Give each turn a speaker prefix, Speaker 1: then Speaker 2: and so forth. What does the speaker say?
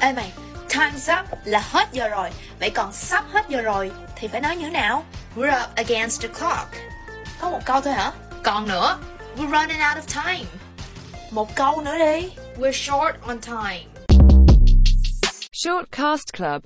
Speaker 1: Ê mày, time's up là hết giờ rồi Vậy còn sắp hết giờ rồi thì phải nói như thế nào? We're up against the clock Có một câu thôi hả? Còn nữa We're running out of time Một câu nữa đi We're short on time
Speaker 2: Shortcast Club